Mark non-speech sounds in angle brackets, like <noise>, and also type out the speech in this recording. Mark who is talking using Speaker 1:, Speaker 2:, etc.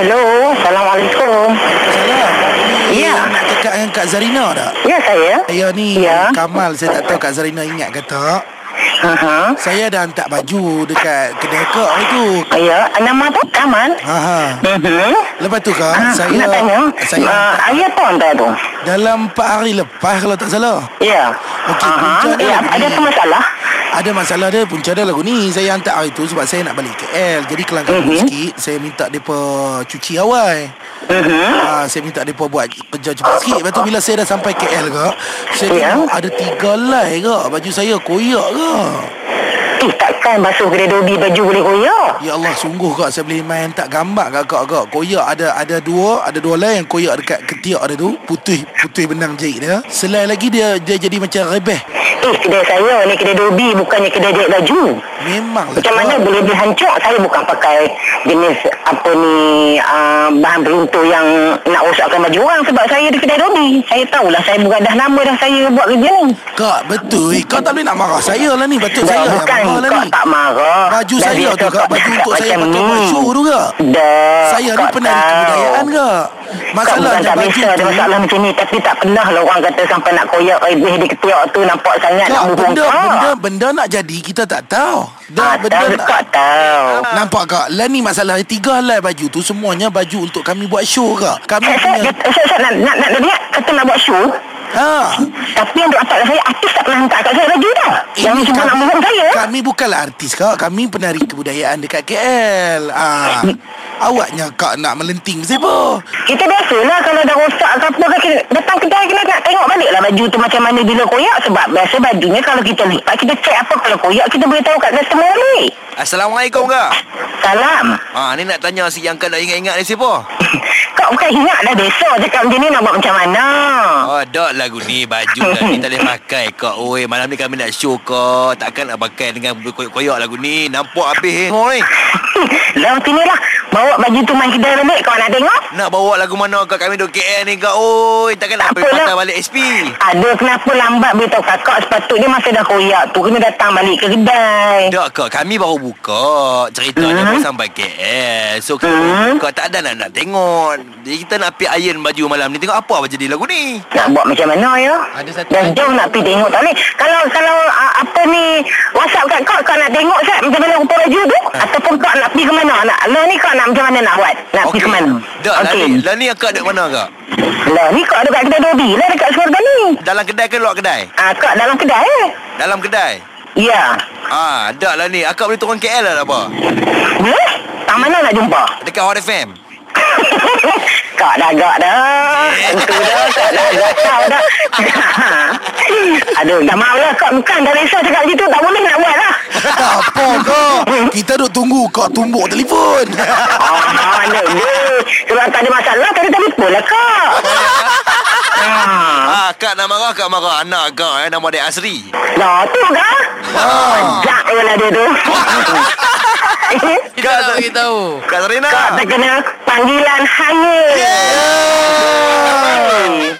Speaker 1: Hello, Assalamualaikum.
Speaker 2: Salam. Ni
Speaker 1: Ya.
Speaker 2: Nak cakap dengan Kak Zarina tak?
Speaker 1: Ya, saya.
Speaker 2: Saya ni
Speaker 1: Ya.
Speaker 2: Kamal Saya tak tahu Kak Zarina ingat ke tak
Speaker 1: Aha.
Speaker 2: Saya dah hantar baju Dekat kedai kak itu
Speaker 1: Ya, nama apa? Kamal.
Speaker 2: ha, ha.
Speaker 1: Mhm.
Speaker 2: Lepas tu kak
Speaker 1: Ah,
Speaker 2: Saya
Speaker 1: nak tanya,
Speaker 2: Saya
Speaker 1: uh,
Speaker 2: hantar
Speaker 1: ayah pun tak tu?
Speaker 2: Dalam 4 hari lepas Kalau tak salah
Speaker 1: Ya.
Speaker 2: Okey,
Speaker 1: Aha.
Speaker 2: punca dia
Speaker 1: Ya,
Speaker 2: lagi.
Speaker 1: ada apa masalah?
Speaker 2: Ada masalah dia Punca dia lagu ni Saya hantar hari tu Sebab saya nak balik KL Jadi kelangkan
Speaker 1: Mhm.
Speaker 2: mm-hmm. sikit Saya minta mereka Cuci awal
Speaker 1: Mhm.
Speaker 2: Ah, saya minta mereka buat kerja cepat sikit Lepas tu bila saya dah sampai KL ke Saya
Speaker 1: Ya.
Speaker 2: tengok ada tiga lai ke Baju saya koyak ke
Speaker 1: Eh, takkan basuh kedai dobi baju boleh koyak?
Speaker 2: Ya Allah sungguh kak Saya boleh main tak gambar kat kak kak Koyak ada ada dua Ada dua lai yang koyak dekat ketiak dia tu Putih putih benang jahit dia Selain lagi dia dia jadi macam rebeh
Speaker 1: Eh, kedai saya ni kedai dobi bukannya kedai jahit baju.
Speaker 2: Memang lah
Speaker 1: Macam mana boleh dihancur? Saya bukan pakai jenis apa ni uh, bahan peruntuk yang nak rosakkan baju orang sebab saya di kedai dobi. Saya tahulah saya bukan dah lama dah saya buat kerja ni.
Speaker 2: Kak betul eh, Kau tak boleh nak marah saya lah ni Betul saya yang
Speaker 1: Ya, bukan
Speaker 2: marah lah
Speaker 1: kau
Speaker 2: ni
Speaker 1: tak marah.
Speaker 2: Baju
Speaker 1: Dah
Speaker 2: saya
Speaker 1: biasa
Speaker 2: tu kak
Speaker 1: kau
Speaker 2: Baju
Speaker 1: cakap
Speaker 2: untuk saya
Speaker 1: macam
Speaker 2: pakai
Speaker 1: ni.
Speaker 2: baju tu kak
Speaker 1: Dah.
Speaker 2: Saya ni
Speaker 1: kau
Speaker 2: pernah di
Speaker 1: tahu.
Speaker 2: kebudayaan kak
Speaker 1: Kau bukan
Speaker 2: Masalahnya
Speaker 1: tak
Speaker 2: baju
Speaker 1: biasa ada
Speaker 2: tu
Speaker 1: masalah macam ni Tapi tak pernah lah orang kata Sampai nak koyak Rebih di ketiak tu Nampak sangat nak
Speaker 2: Kak,
Speaker 1: bubuh
Speaker 2: Ya, benda,
Speaker 1: kau.
Speaker 2: benda, benda nak jadi kita tak tahu.
Speaker 1: Ah,
Speaker 2: Dah benda
Speaker 1: tahu,
Speaker 2: nak,
Speaker 1: Kau tahu Ah.
Speaker 2: Nampak kak Lah ni masalah Tiga helai baju tu Semuanya baju untuk kami buat show kak Kami
Speaker 1: Saya, <laughs> saya,
Speaker 2: punya
Speaker 1: saya, saya nak, nak, nak, nak, kata nak buat show
Speaker 2: ha,
Speaker 1: Tapi yang dapat saya Artis tak pernah hantar kat saya baju dah Yang
Speaker 2: ini
Speaker 1: cuma nak mohon saya
Speaker 2: Kami bukanlah artis kak Kami penari kebudayaan dekat KL ha, Awaknya kak nak melenting siapa
Speaker 1: Kita biasalah Kalau dah rosak ke apa ke kita- Datang kedai kita nak tengok balik lah Baju tu macam mana bila koyak Sebab biasa bajunya Kalau kita lipat Kita cek apa Kalau koyak kita boleh tahu kat customer balik
Speaker 3: Assalamualaikum kak
Speaker 1: Salam
Speaker 3: Ha ni nak tanya si yang kak nak ingat-ingat ni siapa?
Speaker 1: Kau bukan ingat dah besok Cakap macam ni nak buat macam mana <laughs>
Speaker 3: Oh dak lagu ni baju lah ni tak boleh pakai kak. Oi malam ni kami nak show kak. Takkan nak pakai dengan koyak-koyak lagu ni. Nampak habis eh. Oi.
Speaker 1: Lah sini lah Bawa baju tu main kedai balik Kau nak tengok
Speaker 3: Nak bawa lagu mana kak kami duk KL ni kak. Oi takkan nak
Speaker 1: Tak apalah.
Speaker 3: pergi patah balik SP.
Speaker 1: ada kenapa lambat beritahu kakak Sepatutnya masa dah koyak tu Kena datang balik ke kedai
Speaker 3: Tak kak, kami baru buka Ceritanya
Speaker 1: Hmm.
Speaker 3: baru sampai KL So kita baru buka, tak ada nak, nak tengok Jadi kita nak pergi iron baju malam ni Tengok apa apa jadi lagu ni
Speaker 1: Nak buat macam mana ya?
Speaker 2: Ada satu
Speaker 1: Dah
Speaker 2: lagi.
Speaker 1: jauh nak pergi tengok tak boleh. Kalau kalau uh, apa ni WhatsApp kat kau kau nak tengok Zat macam mana rupa baju tu
Speaker 2: Ha.
Speaker 1: ataupun kau nak pergi ke mana nak lah ni kau nak macam mana nak buat? Nak pergi ke mana?
Speaker 3: Dak,
Speaker 2: lah
Speaker 3: okay.
Speaker 1: Okey.
Speaker 3: Lani, Lani lah akak duduk mana kak?
Speaker 1: Lah ni kau ada kat kedai Dobi lah dekat Sugar ni.
Speaker 3: Dalam kedai ke luar kedai?
Speaker 1: Ah kau dalam kedai eh?
Speaker 3: Dalam kedai?
Speaker 1: Ya.
Speaker 3: Ah, dak Lani, akak boleh turun KL lah tak apa?
Speaker 1: Boleh? Tak Ya? mana nak jumpa? <laughs>
Speaker 3: Dekat Hot FM
Speaker 1: Kak dah agak dah.
Speaker 2: Eh.
Speaker 1: Itu dah. Kak dah agak kau
Speaker 2: <laughs>
Speaker 1: dah. Aduh, dah maaf lah. Kak bukan dah resah cakap gitu. Tak boleh nak buat lah.
Speaker 2: Tak apa kak Kita duk tunggu kak tumbuk telefon
Speaker 1: Ah, nak je. Sebab tak ada masalah, tak ada telefon lah kak. Ah.
Speaker 3: Ah, kak nak marah, kak marah Anak kak eh, nama dia Asri
Speaker 1: Lah, tu kak. Ajak je lah dia tu.
Speaker 3: Kita nak bagi tahu Kak Serena
Speaker 1: Kak terkena panggilan hangit.
Speaker 2: Ah.
Speaker 1: Hey.